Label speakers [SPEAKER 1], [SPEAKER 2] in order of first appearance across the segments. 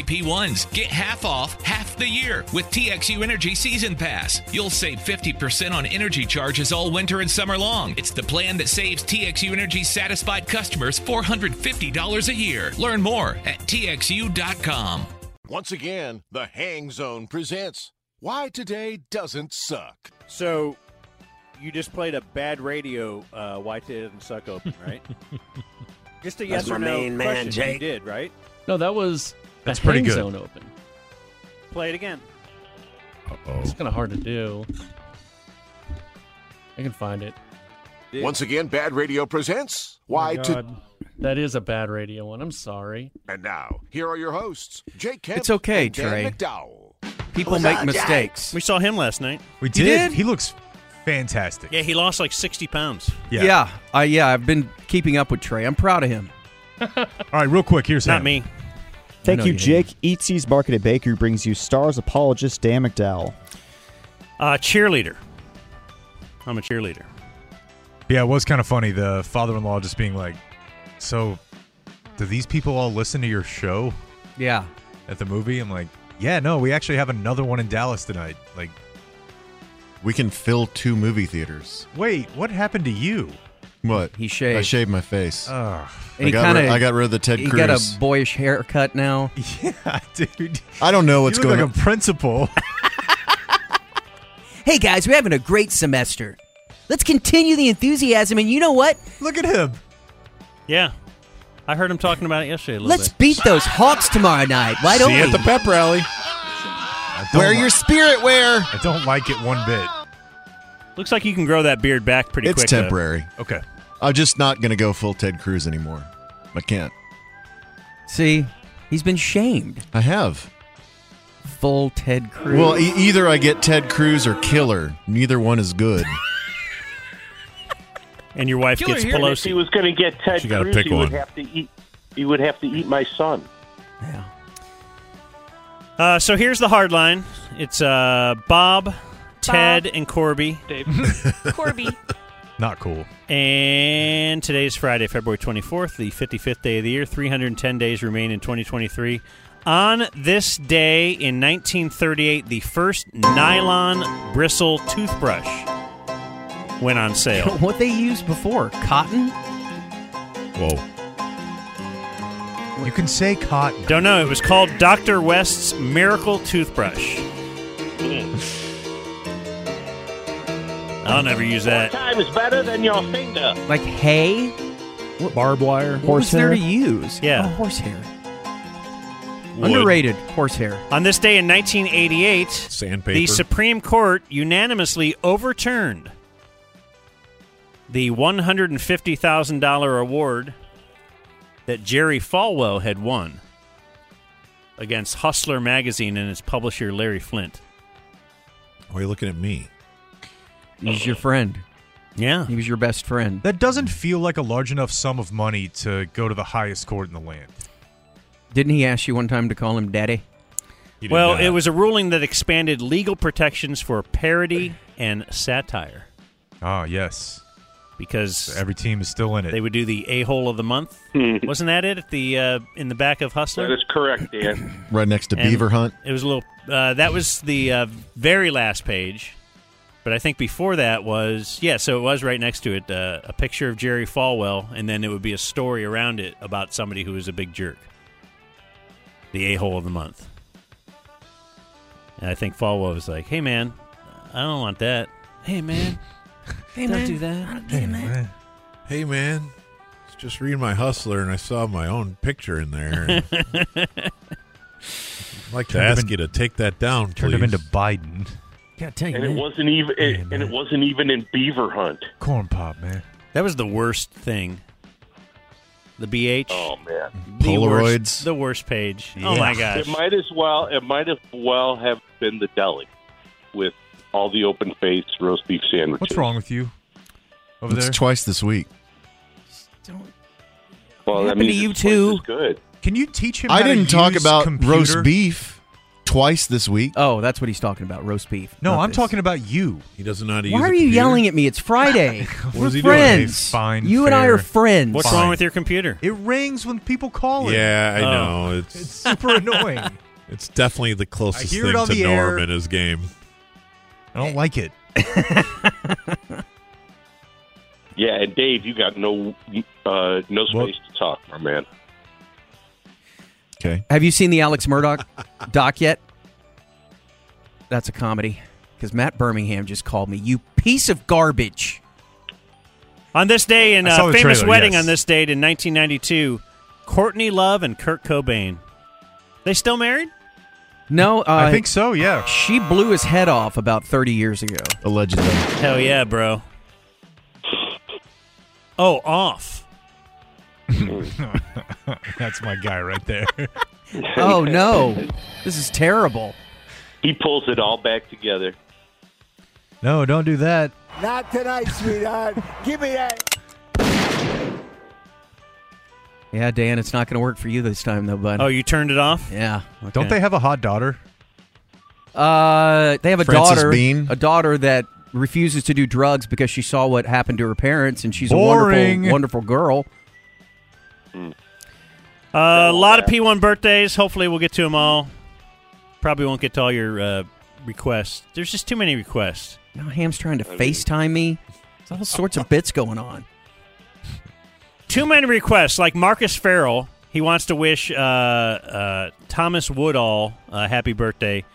[SPEAKER 1] AP1s. Get half off half the year with TXU Energy Season Pass. You'll save 50% on energy charges all winter and summer long. It's the plan that saves TXU Energy satisfied customers $450 a year. Learn more at TXU.com.
[SPEAKER 2] Once again, the Hang Zone presents Why Today Doesn't Suck.
[SPEAKER 3] So you just played a bad radio uh, Why Today Doesn't Suck open, right? just a yes
[SPEAKER 4] That's my
[SPEAKER 3] or no
[SPEAKER 4] main man,
[SPEAKER 3] question. You
[SPEAKER 4] Jake.
[SPEAKER 3] did, right?
[SPEAKER 5] No, that was
[SPEAKER 6] That's
[SPEAKER 5] the
[SPEAKER 6] pretty
[SPEAKER 5] Hang
[SPEAKER 6] good.
[SPEAKER 5] Zone open.
[SPEAKER 3] Play it again.
[SPEAKER 5] It's
[SPEAKER 6] Uh-oh.
[SPEAKER 5] kind of hard to do. I can find it.
[SPEAKER 3] Did-
[SPEAKER 2] Once again, Bad Radio presents Why
[SPEAKER 5] Oh,
[SPEAKER 2] Today.
[SPEAKER 5] God. That is a bad radio one. I'm sorry.
[SPEAKER 2] And now, here are your hosts, Jake Kemp
[SPEAKER 7] It's okay,
[SPEAKER 2] and Dan
[SPEAKER 7] Trey.
[SPEAKER 2] McDowell.
[SPEAKER 7] People make mistakes.
[SPEAKER 8] We saw him last night.
[SPEAKER 6] We
[SPEAKER 7] You
[SPEAKER 6] did.
[SPEAKER 7] did?
[SPEAKER 6] He looks fantastic.
[SPEAKER 8] Yeah, he lost like 60 pounds.
[SPEAKER 6] Yeah.
[SPEAKER 7] Yeah, I yeah, I've been keeping up with Trey. I'm proud of him.
[SPEAKER 6] All right, real quick. Here's
[SPEAKER 8] Not
[SPEAKER 6] him.
[SPEAKER 8] me.
[SPEAKER 9] Thank
[SPEAKER 5] No,
[SPEAKER 9] you,
[SPEAKER 5] you
[SPEAKER 9] Jake. Eatsies Market at Bakery brings you stars apologist Dan McDowell.
[SPEAKER 8] Uh, cheerleader. I'm a cheerleader.
[SPEAKER 6] Yeah, it was kind of funny. The father-in-law just being like, "So, do these people all listen to your show
[SPEAKER 7] Yeah.
[SPEAKER 6] at the movie?" I'm like, "Yeah, no, we actually have another one in Dallas tonight." Like,
[SPEAKER 10] We can fill two movie theaters.
[SPEAKER 6] wait, what happened to you?
[SPEAKER 10] What?
[SPEAKER 7] He shaved.
[SPEAKER 10] I shaved my face.
[SPEAKER 6] Ugh.
[SPEAKER 7] And
[SPEAKER 10] I,
[SPEAKER 7] he
[SPEAKER 10] got
[SPEAKER 7] kind
[SPEAKER 10] rid, I got rid of the Ted
[SPEAKER 7] he
[SPEAKER 10] Cruz.
[SPEAKER 7] got a boyish haircut now.
[SPEAKER 6] Yeah, dude.
[SPEAKER 10] I don't know what's
[SPEAKER 6] you look
[SPEAKER 10] going
[SPEAKER 6] like a principal.
[SPEAKER 4] Hey guys, we're having a great semester. Let's continue the enthusiasm, and you know what?
[SPEAKER 6] look at him.
[SPEAKER 8] Yeah. I heard him talking about it yesterday a little
[SPEAKER 4] Let's
[SPEAKER 8] bit.
[SPEAKER 4] beat those Hawks tomorrow night. Why don't
[SPEAKER 10] See you
[SPEAKER 4] we?
[SPEAKER 10] at the pep rally.
[SPEAKER 6] I don't
[SPEAKER 10] Wear
[SPEAKER 6] li-
[SPEAKER 10] your spirit wear.
[SPEAKER 6] I don't like it one bit.
[SPEAKER 8] Looks like you can grow that beard back pretty
[SPEAKER 10] It's
[SPEAKER 8] quick. though.
[SPEAKER 7] uh,
[SPEAKER 10] temporary.
[SPEAKER 6] Okay.
[SPEAKER 10] I'm just not going to go full Ted Cruz anymore. I can't.
[SPEAKER 7] See, he's been shamed.
[SPEAKER 10] I have.
[SPEAKER 7] Full Ted Cruz.
[SPEAKER 10] Well, e- either I get Ted Cruz or Killer. Neither one is good.
[SPEAKER 8] And your wife
[SPEAKER 5] Killer
[SPEAKER 8] gets
[SPEAKER 5] here,
[SPEAKER 8] Pelosi.
[SPEAKER 11] was going to get Ted
[SPEAKER 8] She gotta Cruz, pick he would one.
[SPEAKER 11] have to eat. He would have to eat my son.
[SPEAKER 7] Yeah.
[SPEAKER 8] Uh, so here's the hard line. It's uh, Bob, Ted, and Corby.
[SPEAKER 12] Corby.
[SPEAKER 6] Not cool.
[SPEAKER 8] And today's Friday, February 24th, the 55th day of the year. 310 days remain in 2023. On this day in 1938, the first nylon bristle toothbrush went on sale.
[SPEAKER 7] what they used before? Cotton?
[SPEAKER 6] Whoa. You can say cotton.
[SPEAKER 8] Don't know. It was called Dr. West's Miracle Toothbrush. I'll never use that.
[SPEAKER 11] Time's better than your finger.
[SPEAKER 7] Like hay?
[SPEAKER 6] Barbed wire.
[SPEAKER 7] What was there to use?
[SPEAKER 8] Yeah.
[SPEAKER 7] Oh, horsehair. Underrated horsehair.
[SPEAKER 8] On this day in 1988,
[SPEAKER 6] Sandpaper.
[SPEAKER 8] the Supreme Court unanimously overturned the $150,000 award that Jerry Falwell had won against Hustler magazine and its publisher Larry Flint.
[SPEAKER 6] Why are you looking at me?
[SPEAKER 7] He's your friend.
[SPEAKER 8] Yeah.
[SPEAKER 7] He was your best friend.
[SPEAKER 6] That doesn't feel like a large enough sum of money to go to the highest court in the land.
[SPEAKER 7] Didn't he ask you one time to call him daddy?
[SPEAKER 8] Well, it was a ruling that expanded legal protections for parody and satire
[SPEAKER 6] Ah, yes.
[SPEAKER 8] because
[SPEAKER 6] So every team is still in it.
[SPEAKER 8] they would do the a-hole of the month. Wasn't that it at the uh, in the back of Hustler?
[SPEAKER 11] Hmm. That is correct, Dan.
[SPEAKER 10] right next to
[SPEAKER 8] And
[SPEAKER 10] Beaver Hunt.
[SPEAKER 8] It was a little. Uh, that was the uh, very last page, but I think before that was yeah. So it was right next to it uh, a picture of Jerry Falwell, and then it would be a story around it about somebody who was a big jerk, the a hole of the month. And I think Falwell was like, "Hey man, I don't want that. Hey man,
[SPEAKER 7] Hey,
[SPEAKER 8] don't do that.
[SPEAKER 11] Hey, man. I was Just reading my Hustler, and I saw my own picture in there. and I'd like to
[SPEAKER 6] Turned him
[SPEAKER 11] ask
[SPEAKER 6] in-
[SPEAKER 11] you to take that down,
[SPEAKER 6] Turned
[SPEAKER 11] please.
[SPEAKER 6] him into Biden.
[SPEAKER 7] God dang
[SPEAKER 11] and
[SPEAKER 7] man.
[SPEAKER 11] it wasn't even.
[SPEAKER 6] it-
[SPEAKER 11] and
[SPEAKER 6] and it
[SPEAKER 11] it wasn't even in Beaver Hunt.
[SPEAKER 6] Corn pop, man.
[SPEAKER 8] That was the worst thing." The BH,
[SPEAKER 11] Oh man.
[SPEAKER 8] the
[SPEAKER 10] Polaroids.
[SPEAKER 8] worst, the worst page. Oh my gosh!
[SPEAKER 11] It might as well. It might as well have been the deli with all the open faced roast beef sandwiches.
[SPEAKER 6] What's wrong with you over
[SPEAKER 10] It's
[SPEAKER 6] there?
[SPEAKER 10] twice this week.
[SPEAKER 7] Don't-
[SPEAKER 11] Well, that
[SPEAKER 7] Happened to
[SPEAKER 11] means
[SPEAKER 7] you
[SPEAKER 11] this place
[SPEAKER 7] too.
[SPEAKER 11] is Good.
[SPEAKER 6] Can you teach him?
[SPEAKER 10] I
[SPEAKER 6] how to
[SPEAKER 10] didn't talk
[SPEAKER 6] use
[SPEAKER 10] about
[SPEAKER 6] computer?
[SPEAKER 10] roast beef
[SPEAKER 13] twice this week.
[SPEAKER 7] Oh, that's what he's talking about, roast beef.
[SPEAKER 6] No,
[SPEAKER 7] Not
[SPEAKER 6] I'm
[SPEAKER 7] this.
[SPEAKER 6] talking about you.
[SPEAKER 12] He doesn't know how to
[SPEAKER 7] Why are you yelling at me? It's Friday. We're
[SPEAKER 6] is he doing?
[SPEAKER 7] friends.
[SPEAKER 6] Hey, fine,
[SPEAKER 7] you and I are
[SPEAKER 6] fair.
[SPEAKER 7] friends.
[SPEAKER 6] What's wrong Fine. with
[SPEAKER 8] your computer?
[SPEAKER 6] It rings when people call it.
[SPEAKER 12] Yeah, I
[SPEAKER 8] Oh.
[SPEAKER 12] know. It's
[SPEAKER 6] It's super annoying.
[SPEAKER 12] it's definitely the closest
[SPEAKER 6] I hear it
[SPEAKER 12] thing
[SPEAKER 6] on
[SPEAKER 12] to
[SPEAKER 6] the
[SPEAKER 12] Norm
[SPEAKER 6] air.
[SPEAKER 12] in his game.
[SPEAKER 6] I don't like it.
[SPEAKER 2] Yeah, and Dave, you got no uh, no space to talk, my man.
[SPEAKER 13] Okay.
[SPEAKER 7] Have you seen the Alex Murdoch doc yet? That's a comedy. Because Matt Birmingham just called me, you piece of garbage.
[SPEAKER 8] On this day in
[SPEAKER 7] I
[SPEAKER 8] uh,
[SPEAKER 7] saw the
[SPEAKER 8] famous
[SPEAKER 7] trailer,
[SPEAKER 8] wedding
[SPEAKER 7] yes.
[SPEAKER 8] on this date in 1992, Courtney Love and Kurt Cobain. They still married?
[SPEAKER 7] No, uh,
[SPEAKER 8] I think
[SPEAKER 6] so. Yeah,
[SPEAKER 7] she blew his head off about 30 years ago.
[SPEAKER 13] Allegedly.
[SPEAKER 8] Hell yeah, bro. Oh, off.
[SPEAKER 6] That's my guy right there.
[SPEAKER 7] Oh no, this is terrible.
[SPEAKER 2] He pulls it all back together.
[SPEAKER 6] No, don't do that.
[SPEAKER 14] Not tonight, sweetheart. Give me that.
[SPEAKER 7] Yeah, Dan, it's not going to work for you this time though, bud.
[SPEAKER 8] Oh, you turned it off?
[SPEAKER 7] Yeah.
[SPEAKER 6] Don't they have a hot daughter?
[SPEAKER 7] Uh, they have a
[SPEAKER 13] Frances
[SPEAKER 7] daughter,
[SPEAKER 13] Bean?
[SPEAKER 7] a daughter that refuses to do drugs because she saw what happened to her parents, and she's
[SPEAKER 8] Boring.
[SPEAKER 7] a wonderful, wonderful girl.
[SPEAKER 8] Uh, a lot of P1 birthdays. Hopefully, we'll get to them all. Probably won't get to all your uh, requests. There's just too many requests.
[SPEAKER 7] Now Ham's trying to FaceTime me. There's all sorts of bits going on.
[SPEAKER 8] Too many requests. Like Marcus Farrell, he wants to wish uh, uh, Thomas Woodall a happy birthday.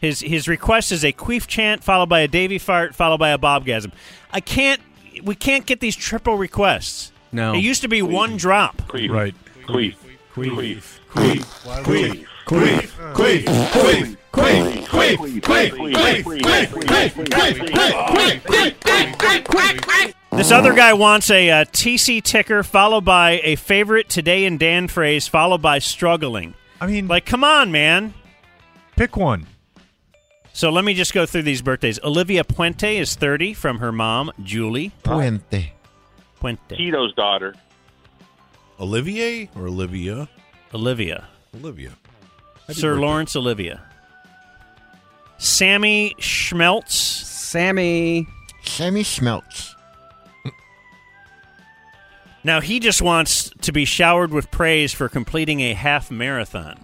[SPEAKER 8] His his request is a queef chant followed by a Davy fart followed by a bobgasm. I can't. We can't get these triple requests.
[SPEAKER 7] No.
[SPEAKER 8] it used to be one drop.
[SPEAKER 6] Right.
[SPEAKER 12] Queef.
[SPEAKER 2] Queef. Queef.
[SPEAKER 12] Queef. Queef. Queef. Queef. Queef. Queef. Queef. Queef.
[SPEAKER 8] This other guy wants a uh, TC ticker followed by a favorite today and Dan phrase followed by struggling.
[SPEAKER 6] I mean,
[SPEAKER 8] like, come on, man.
[SPEAKER 6] Pick one.
[SPEAKER 8] So let me just go through these birthdays. Olivia Puente is 30 from her mom, Julie.
[SPEAKER 13] Puente.
[SPEAKER 8] Puente.
[SPEAKER 2] Uh, Tito's daughter.
[SPEAKER 12] Olivier or Olivia?
[SPEAKER 8] Olivia.
[SPEAKER 12] Olivia. Happy
[SPEAKER 8] Sir
[SPEAKER 12] birthday.
[SPEAKER 8] Lawrence Olivia. Sammy Schmeltz.
[SPEAKER 7] Sammy.
[SPEAKER 13] Sammy Schmeltz.
[SPEAKER 8] Now he just wants to be showered with praise for completing a half marathon.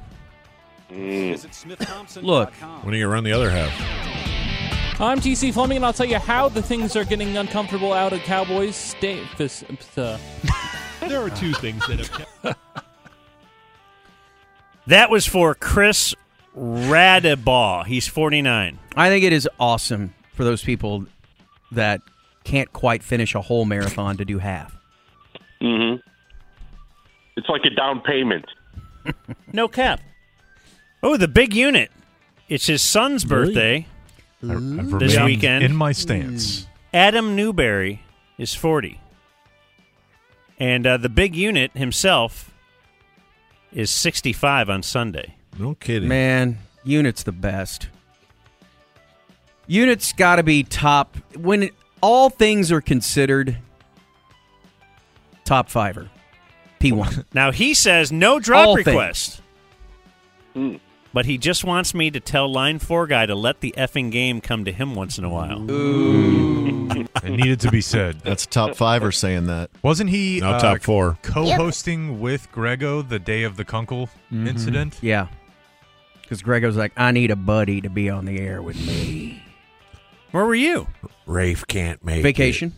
[SPEAKER 12] Look. When do you run the other half?
[SPEAKER 11] I'm TC Fleming, and I'll tell you how the things are getting uncomfortable out of Cowboys state. This, uh,
[SPEAKER 15] There are two things that have kept.
[SPEAKER 8] That was for Chris Radabaugh. He's 49.
[SPEAKER 7] I think it is awesome for those people that can't quite finish a whole marathon to do half.
[SPEAKER 2] hmm It's like a down payment.
[SPEAKER 8] No cap. Oh, the big unit. It's his son's birthday this
[SPEAKER 6] remained
[SPEAKER 8] weekend.
[SPEAKER 6] in my stance.
[SPEAKER 8] Adam Newberry is 40. And uh, the big unit himself is 65 on Sunday.
[SPEAKER 12] No kidding.
[SPEAKER 7] Man, Unit's the best. Unit's got to be top when it- all things are considered. Top fiver, P one.
[SPEAKER 8] Now he says no drop
[SPEAKER 7] All things.
[SPEAKER 8] request. But he just wants me to tell line four guy to let the effing game come to him once in a while.
[SPEAKER 6] It needed to be said.
[SPEAKER 13] That's top five or saying that.
[SPEAKER 6] Wasn't he
[SPEAKER 13] Now
[SPEAKER 6] uh,
[SPEAKER 13] top four.
[SPEAKER 6] co-hosting with Grego the day of the Kunkel incident?
[SPEAKER 7] Yeah, because Grego's like, I need a buddy to be on the air with me.
[SPEAKER 8] Where were you?
[SPEAKER 12] Rafe can't make
[SPEAKER 7] Vacation.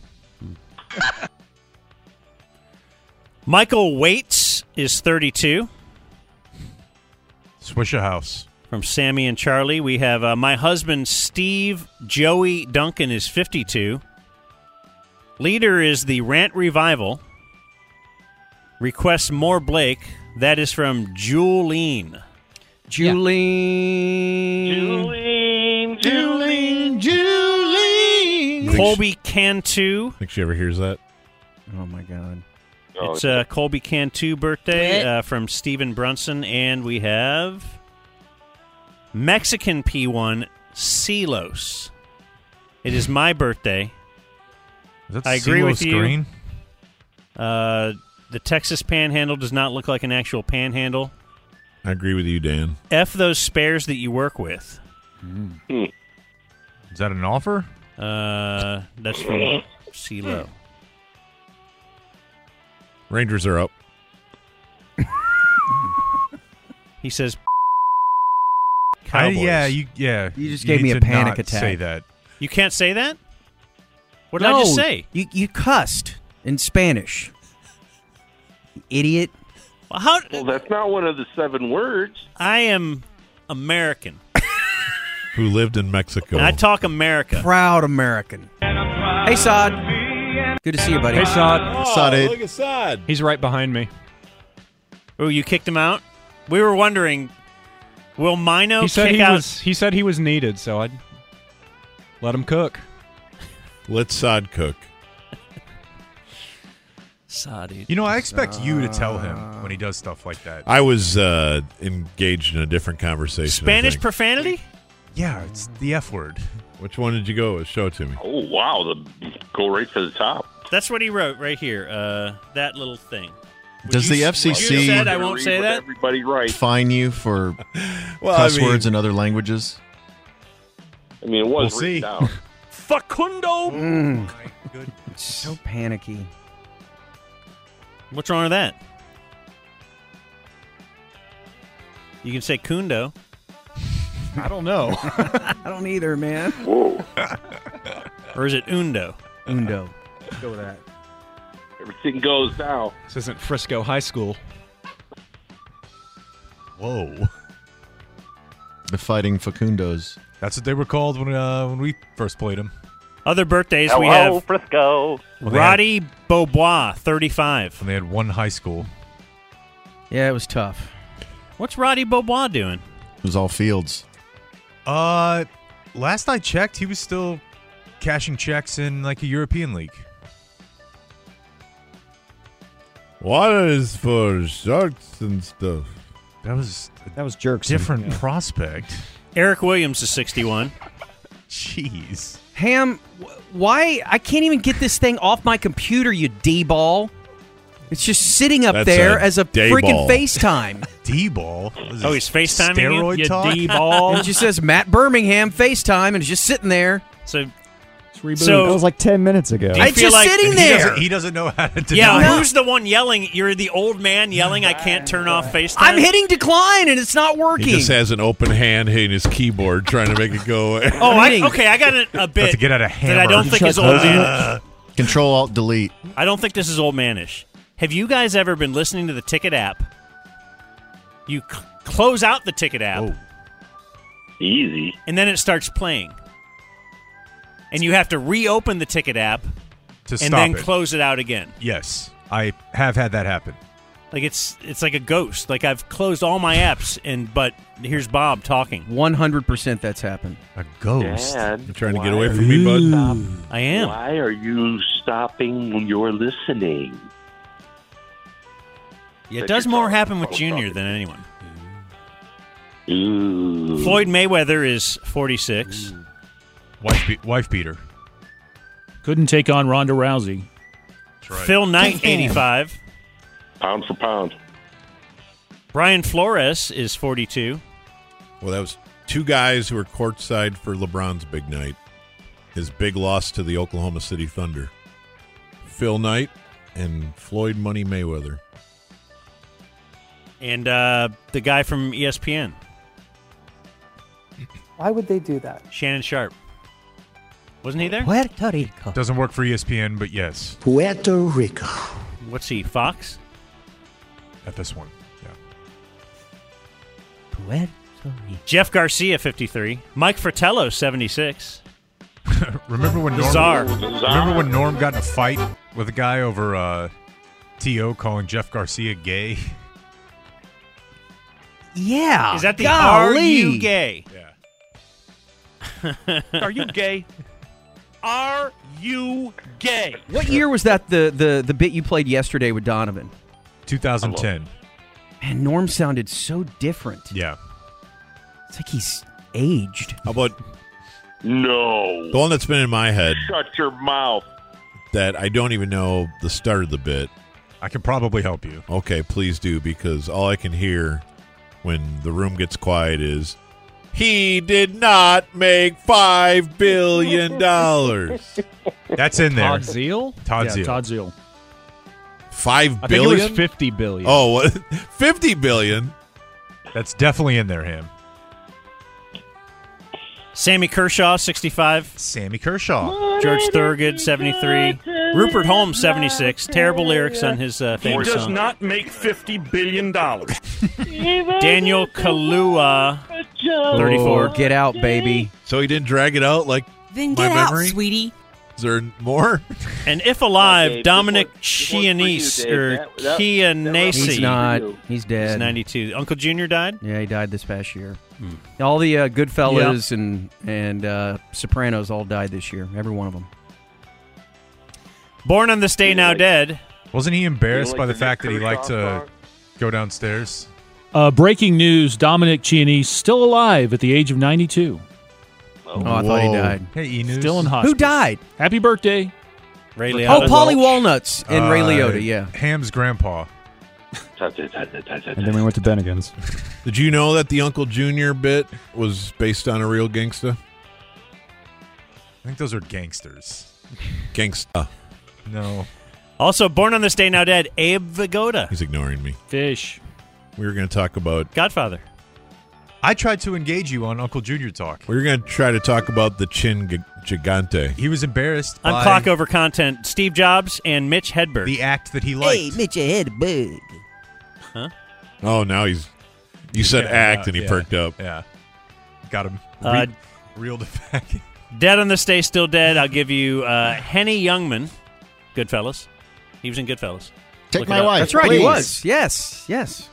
[SPEAKER 8] Michael Waits is 32.
[SPEAKER 6] Swish a house.
[SPEAKER 8] From Sammy and Charlie, we have uh, my husband Steve Joey Duncan is 52. Leader is the Rant Revival. Request more Blake. That is from Julene.
[SPEAKER 7] Julene.
[SPEAKER 2] Julene, Julene,
[SPEAKER 13] Julene.
[SPEAKER 8] Colby Cantu.
[SPEAKER 12] Think she ever hears that?
[SPEAKER 7] Oh my god.
[SPEAKER 2] Oh,
[SPEAKER 8] It's uh, Colby Cantu birthday uh, from Steven Brunson, and we have Mexican P1 Celos. It is my birthday.
[SPEAKER 6] Is that
[SPEAKER 8] I agree with
[SPEAKER 6] Silos
[SPEAKER 8] you.
[SPEAKER 6] Green?
[SPEAKER 8] Uh, the Texas Panhandle does not look like an actual panhandle.
[SPEAKER 10] I agree with you, Dan.
[SPEAKER 8] F those spares that you work with.
[SPEAKER 6] Is that an offer?
[SPEAKER 8] Uh, that's from CeeLo.
[SPEAKER 10] Rangers are up.
[SPEAKER 8] He says,
[SPEAKER 6] I-
[SPEAKER 8] Cowboys.
[SPEAKER 6] yeah, you yeah.
[SPEAKER 8] You just
[SPEAKER 6] you
[SPEAKER 8] gave me
[SPEAKER 6] need
[SPEAKER 8] a
[SPEAKER 6] to
[SPEAKER 8] panic
[SPEAKER 6] not
[SPEAKER 8] attack.
[SPEAKER 6] Say that.
[SPEAKER 8] You can't say that? What did
[SPEAKER 7] no,
[SPEAKER 8] I just say?
[SPEAKER 7] You you cussed in Spanish. Idiot.
[SPEAKER 8] How?
[SPEAKER 2] Well, that's not one of the seven words.
[SPEAKER 8] I am American.
[SPEAKER 10] Who lived in Mexico?
[SPEAKER 8] And I talk America.
[SPEAKER 7] Proud American. Hey, Sod. Good to see you, buddy.
[SPEAKER 16] Hey, Sod.
[SPEAKER 2] Oh,
[SPEAKER 10] at Sod.
[SPEAKER 16] He's right behind me.
[SPEAKER 8] Oh, you kicked him out? We were wondering, will Mino
[SPEAKER 16] he said
[SPEAKER 8] kick
[SPEAKER 16] he
[SPEAKER 8] out?
[SPEAKER 16] was. He said he was needed, so I let him cook.
[SPEAKER 10] Let Sod cook.
[SPEAKER 8] Sod,
[SPEAKER 6] You know, I expect you to tell him when he does stuff like that.
[SPEAKER 10] I was uh, engaged in a different conversation. I
[SPEAKER 8] Spanish
[SPEAKER 10] think.
[SPEAKER 8] profanity?
[SPEAKER 6] Yeah, it's the F word.
[SPEAKER 10] Which one did you go with? Show it to me.
[SPEAKER 2] Oh wow, the go right to the top.
[SPEAKER 8] That's what he wrote right here. Uh, that little thing. Would
[SPEAKER 13] Does
[SPEAKER 8] you
[SPEAKER 13] the
[SPEAKER 8] s-
[SPEAKER 13] FCC
[SPEAKER 8] You said I won't say that.
[SPEAKER 2] Everybody right.
[SPEAKER 13] Fine you for
[SPEAKER 2] Well,
[SPEAKER 13] cuss
[SPEAKER 2] I mean-
[SPEAKER 13] words in other languages.
[SPEAKER 2] I mean, it was
[SPEAKER 13] We'll
[SPEAKER 2] written
[SPEAKER 13] see.
[SPEAKER 2] down.
[SPEAKER 8] Facundo.
[SPEAKER 7] So panicky.
[SPEAKER 8] What's wrong with that? You can say Kundo.
[SPEAKER 16] I don't know.
[SPEAKER 7] I don't either, man.
[SPEAKER 2] Whoa.
[SPEAKER 8] or is it Undo?
[SPEAKER 7] Undo.
[SPEAKER 16] Go with that.
[SPEAKER 2] Everything goes now.
[SPEAKER 16] This isn't Frisco High School.
[SPEAKER 6] Whoa.
[SPEAKER 13] The fighting Facundos.
[SPEAKER 6] That's what they were called when uh, when we first played him.
[SPEAKER 8] Other birthdays we
[SPEAKER 6] Hello,
[SPEAKER 8] have
[SPEAKER 17] Frisco.
[SPEAKER 6] Well, they had-
[SPEAKER 8] Roddy Beaubois, 35.
[SPEAKER 6] When they had one high school.
[SPEAKER 7] Yeah, it was tough.
[SPEAKER 8] What's Roddy Beaubois doing?
[SPEAKER 13] It was all fields.
[SPEAKER 6] Uh, last I checked, he was still cashing checks in like a European league.
[SPEAKER 10] Water is for sharks and stuff.
[SPEAKER 6] That was
[SPEAKER 9] that was jerks.
[SPEAKER 6] Different prospect.
[SPEAKER 8] Eric Williams is 61.
[SPEAKER 6] Jeez.
[SPEAKER 7] Ham, wh- why I can't even get this thing off my computer? You d ball. It's just sitting up
[SPEAKER 6] That's
[SPEAKER 7] there
[SPEAKER 6] a
[SPEAKER 7] as a
[SPEAKER 6] D-ball.
[SPEAKER 7] freaking FaceTime.
[SPEAKER 6] D ball.
[SPEAKER 8] Oh, he's FaceTiming you?
[SPEAKER 6] Steroid
[SPEAKER 8] You
[SPEAKER 6] talk.
[SPEAKER 8] D-ball.
[SPEAKER 7] It just says Matt Birmingham FaceTime, and it's just sitting there.
[SPEAKER 8] So,
[SPEAKER 9] So that was like ten minutes ago.
[SPEAKER 7] it's just sitting there.
[SPEAKER 6] he doesn't know how to
[SPEAKER 8] yeah,
[SPEAKER 6] deny it.
[SPEAKER 8] who's the one yelling? You're the old man yelling. I can't turn off FaceTime.
[SPEAKER 7] I'm hitting decline, and it's not working.
[SPEAKER 10] He just has an open hand hitting his keyboard, trying to make it go.
[SPEAKER 8] Oh, I, okay. I got a, a bit
[SPEAKER 10] to get out
[SPEAKER 8] that
[SPEAKER 10] of
[SPEAKER 8] I
[SPEAKER 10] hammer.
[SPEAKER 8] don't think is old man.
[SPEAKER 13] Control Alt Delete.
[SPEAKER 8] I don't think this is old manish. Have you guys ever been listening to the Ticket app? You c- close out the Ticket app,
[SPEAKER 2] Easy.
[SPEAKER 8] and then it starts playing, and you have to reopen the Ticket app
[SPEAKER 6] To
[SPEAKER 8] and
[SPEAKER 6] stop
[SPEAKER 8] then
[SPEAKER 6] it.
[SPEAKER 8] close it out again.
[SPEAKER 6] Yes, I have had that happen.
[SPEAKER 8] Like it's it's like a ghost. Like I've closed all my apps, and but here's Bob talking.
[SPEAKER 7] One hundred percent, that's happened.
[SPEAKER 6] A
[SPEAKER 2] ghost? Dad,
[SPEAKER 10] You're trying to get
[SPEAKER 2] why
[SPEAKER 10] away
[SPEAKER 2] are
[SPEAKER 10] from me, bud.
[SPEAKER 2] you-
[SPEAKER 8] I am.
[SPEAKER 2] Why are you stopping when you're listening?
[SPEAKER 8] Yeah, it
[SPEAKER 2] That
[SPEAKER 8] does
[SPEAKER 2] you're
[SPEAKER 8] more
[SPEAKER 2] talking
[SPEAKER 8] happen with
[SPEAKER 2] about
[SPEAKER 8] Junior
[SPEAKER 2] talking.
[SPEAKER 8] than anyone.
[SPEAKER 2] Ooh.
[SPEAKER 8] Floyd Mayweather is 46.
[SPEAKER 6] Wife, be- wife beater.
[SPEAKER 11] Couldn't take on Ronda Rousey.
[SPEAKER 8] Phil Knight,
[SPEAKER 11] Damn.
[SPEAKER 8] 85.
[SPEAKER 2] Pound for pound.
[SPEAKER 8] Brian Flores is 42.
[SPEAKER 10] Well, that was two guys who were courtside for LeBron's big night, his big loss to the Oklahoma City Thunder. Phil Knight and Floyd Money Mayweather.
[SPEAKER 8] And uh, the guy from ESPN,
[SPEAKER 17] Why would they do that?
[SPEAKER 8] Shannon Sharp. Wasn't he there?
[SPEAKER 6] Puerto Rico. Doesn't work for E ESPN, but yes. Puerto Rico.
[SPEAKER 8] What's he, Fox?
[SPEAKER 6] At this one.
[SPEAKER 8] Jeff Garcia, 53. Mike Fratello, 76.
[SPEAKER 6] Remember when Norm?
[SPEAKER 8] Czar.
[SPEAKER 6] Remember when Norm got in a fight with a guy over uh, To calling Jeff Garcia gay?
[SPEAKER 7] Yeah.
[SPEAKER 8] Is that the
[SPEAKER 7] golly.
[SPEAKER 8] Are You Gay?
[SPEAKER 12] Are you gay? Are you gay?
[SPEAKER 7] What year was that? The the the bit you played yesterday with Donovan.
[SPEAKER 6] 2010.
[SPEAKER 7] And Norm sounded so different.
[SPEAKER 6] Yeah.
[SPEAKER 7] It's like he's aged.
[SPEAKER 10] How about
[SPEAKER 2] No.
[SPEAKER 10] the one that's been in my head
[SPEAKER 2] Shut your mouth.
[SPEAKER 10] that I don't even know the start of the bit?
[SPEAKER 6] I can probably help you.
[SPEAKER 10] Okay, please do because all I can hear when the room gets quiet is he did not make five billion dollars.
[SPEAKER 6] That's in there.
[SPEAKER 5] Todd Zeal?
[SPEAKER 6] Todd
[SPEAKER 5] yeah,
[SPEAKER 6] Zeal.
[SPEAKER 5] Todd Zeal.
[SPEAKER 10] Five
[SPEAKER 5] I think it was
[SPEAKER 10] billion?
[SPEAKER 5] 50 billion.
[SPEAKER 10] Oh, what? fifty billion.
[SPEAKER 6] That's definitely in there, him.
[SPEAKER 8] Sammy Kershaw, 65.
[SPEAKER 6] Sammy Kershaw.
[SPEAKER 8] George Thurgood, 73. Rupert Holmes, 76. Terrible lyrics on his uh,
[SPEAKER 17] He
[SPEAKER 8] famous
[SPEAKER 17] does
[SPEAKER 8] song.
[SPEAKER 17] not make fifty billion dollars.
[SPEAKER 8] Daniel Kalua,
[SPEAKER 10] 34.
[SPEAKER 7] Oh, get out, baby.
[SPEAKER 10] So he didn't drag it out like
[SPEAKER 18] Then
[SPEAKER 10] my
[SPEAKER 18] get out,
[SPEAKER 10] memory?
[SPEAKER 18] sweetie.
[SPEAKER 10] Is there more?
[SPEAKER 8] And if alive,
[SPEAKER 10] Okay, this
[SPEAKER 8] Dominic
[SPEAKER 10] one- this one's for you,
[SPEAKER 8] Chianese
[SPEAKER 10] Dave.
[SPEAKER 8] or
[SPEAKER 10] That- that-
[SPEAKER 8] Chianese.
[SPEAKER 7] He's not. He's dead.
[SPEAKER 8] He's 92. Uncle Junior died?
[SPEAKER 7] Yeah, he died this past year. All the uh, Goodfellas and and uh, Sopranos all died this year. Every one of them.
[SPEAKER 8] Born on this day, now dead.
[SPEAKER 6] Wasn't he embarrassed
[SPEAKER 8] You like
[SPEAKER 6] by the
[SPEAKER 8] the
[SPEAKER 6] fact that
[SPEAKER 8] Nick
[SPEAKER 6] he liked uh,
[SPEAKER 8] Kershaw
[SPEAKER 6] to go downstairs?
[SPEAKER 11] Uh, breaking news: Dominic Chianese still alive at the age of 92.
[SPEAKER 7] Oh, I thought he Whoa. died.
[SPEAKER 6] Hey, E E-News.
[SPEAKER 11] Still in hospice.
[SPEAKER 7] Who died?
[SPEAKER 11] Happy birthday,
[SPEAKER 8] Ray
[SPEAKER 7] Oh, Polly Walnuts and Ray Liotta. Yeah.
[SPEAKER 6] Uh, Ham's grandpa.
[SPEAKER 9] And then we went to Bennigan's.
[SPEAKER 10] Did you know that the Uncle Junior bit was based on a real gangsta?
[SPEAKER 6] I think those are gangsters.
[SPEAKER 10] Gangsta.
[SPEAKER 6] No.
[SPEAKER 8] Also, born on this day, now dead, Abe Vigoda.
[SPEAKER 10] He's ignoring me.
[SPEAKER 11] Fish.
[SPEAKER 10] We were going to talk about
[SPEAKER 8] Godfather.
[SPEAKER 6] I tried to engage you on Uncle Junior talk.
[SPEAKER 10] We were going to try to talk about the Chin gi- Gigante.
[SPEAKER 6] He was embarrassed
[SPEAKER 8] On
[SPEAKER 6] by
[SPEAKER 8] Clock Over Content, Steve Jobs and Mitch Hedberg.
[SPEAKER 6] the act that he liked.
[SPEAKER 4] Mitch, your head bug.
[SPEAKER 10] Oh, now he's. You said
[SPEAKER 6] Yeah,
[SPEAKER 10] act,
[SPEAKER 6] yeah,
[SPEAKER 10] and he
[SPEAKER 6] yeah,
[SPEAKER 10] perked up.
[SPEAKER 6] Yeah, got him.
[SPEAKER 8] Uh,
[SPEAKER 6] Re- reeled it back.
[SPEAKER 8] Dead on this day, still dead. I'll give you uh, Henny Youngman, Goodfellas. He was in Goodfellas.
[SPEAKER 7] Take
[SPEAKER 8] Look
[SPEAKER 7] my
[SPEAKER 8] it up.
[SPEAKER 7] wife, That's right, he please. was. Yes, yes.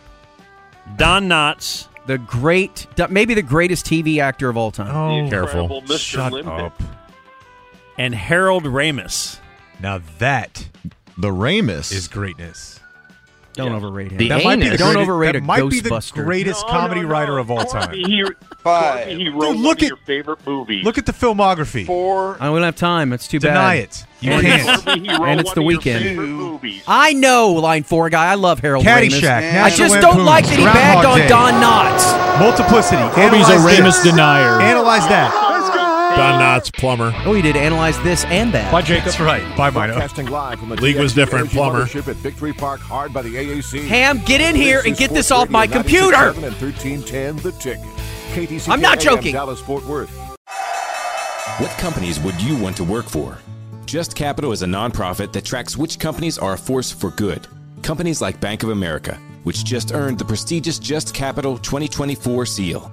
[SPEAKER 8] Don Knotts,
[SPEAKER 7] the great, maybe the greatest TV actor of all time.
[SPEAKER 6] Oh,
[SPEAKER 8] Careful. Mr.
[SPEAKER 6] Shut
[SPEAKER 8] Limpet.
[SPEAKER 6] up.
[SPEAKER 8] and Harold Ramis.
[SPEAKER 6] Now that
[SPEAKER 13] the Ramus
[SPEAKER 6] is greatness.
[SPEAKER 7] Don't overrate him.
[SPEAKER 13] The
[SPEAKER 7] that might be the
[SPEAKER 13] anus.
[SPEAKER 7] greatest,
[SPEAKER 13] Don't overrate
[SPEAKER 7] that
[SPEAKER 13] a
[SPEAKER 7] might be the
[SPEAKER 13] Ghostbuster.
[SPEAKER 6] greatest comedy writer of all time.
[SPEAKER 2] He,
[SPEAKER 6] Five.
[SPEAKER 2] he wrote
[SPEAKER 6] Dude, look
[SPEAKER 2] one of
[SPEAKER 6] at
[SPEAKER 2] your favorite movies.
[SPEAKER 6] look at the filmography.
[SPEAKER 2] Four.
[SPEAKER 7] I don't have time. It's too
[SPEAKER 6] Deny
[SPEAKER 7] bad.
[SPEAKER 6] it. You
[SPEAKER 7] and
[SPEAKER 6] can't.
[SPEAKER 7] It's, and it's the weekend.
[SPEAKER 2] Movies.
[SPEAKER 7] I know, line four guy. I love Harold Ramis.
[SPEAKER 6] Caddyshack,
[SPEAKER 7] I just
[SPEAKER 6] National
[SPEAKER 7] don't like that
[SPEAKER 6] Lampoon's
[SPEAKER 7] he bagged
[SPEAKER 6] Groundhog
[SPEAKER 7] on
[SPEAKER 6] Day.
[SPEAKER 7] Don Knotts.
[SPEAKER 6] Multiplicity.
[SPEAKER 7] Corby's a
[SPEAKER 6] Analyze
[SPEAKER 7] Ramus
[SPEAKER 6] this.
[SPEAKER 7] denier.
[SPEAKER 6] Analyze that.
[SPEAKER 10] Don Knotts, plumber.
[SPEAKER 7] Oh, he did analyze this and that.
[SPEAKER 5] Bye, Jacob.
[SPEAKER 6] That's right. Bye, Mino.
[SPEAKER 19] Broadcasting live from the
[SPEAKER 10] League was
[SPEAKER 19] TXT
[SPEAKER 10] different,
[SPEAKER 19] Energy
[SPEAKER 10] plumber.
[SPEAKER 19] Mothership At Victory Park, hard by the AAC.
[SPEAKER 7] Ham, get in here and get this off my computer.
[SPEAKER 19] 97 and 1310 the ticket. KTCK
[SPEAKER 7] I'm not
[SPEAKER 19] AM,
[SPEAKER 7] joking.
[SPEAKER 19] Dallas Fort Worth.
[SPEAKER 1] What companies would you want to work for? Just Capital is a nonprofit that tracks which companies are a force for good. Companies like Bank of America, which just earned the prestigious Just Capital 2024 seal.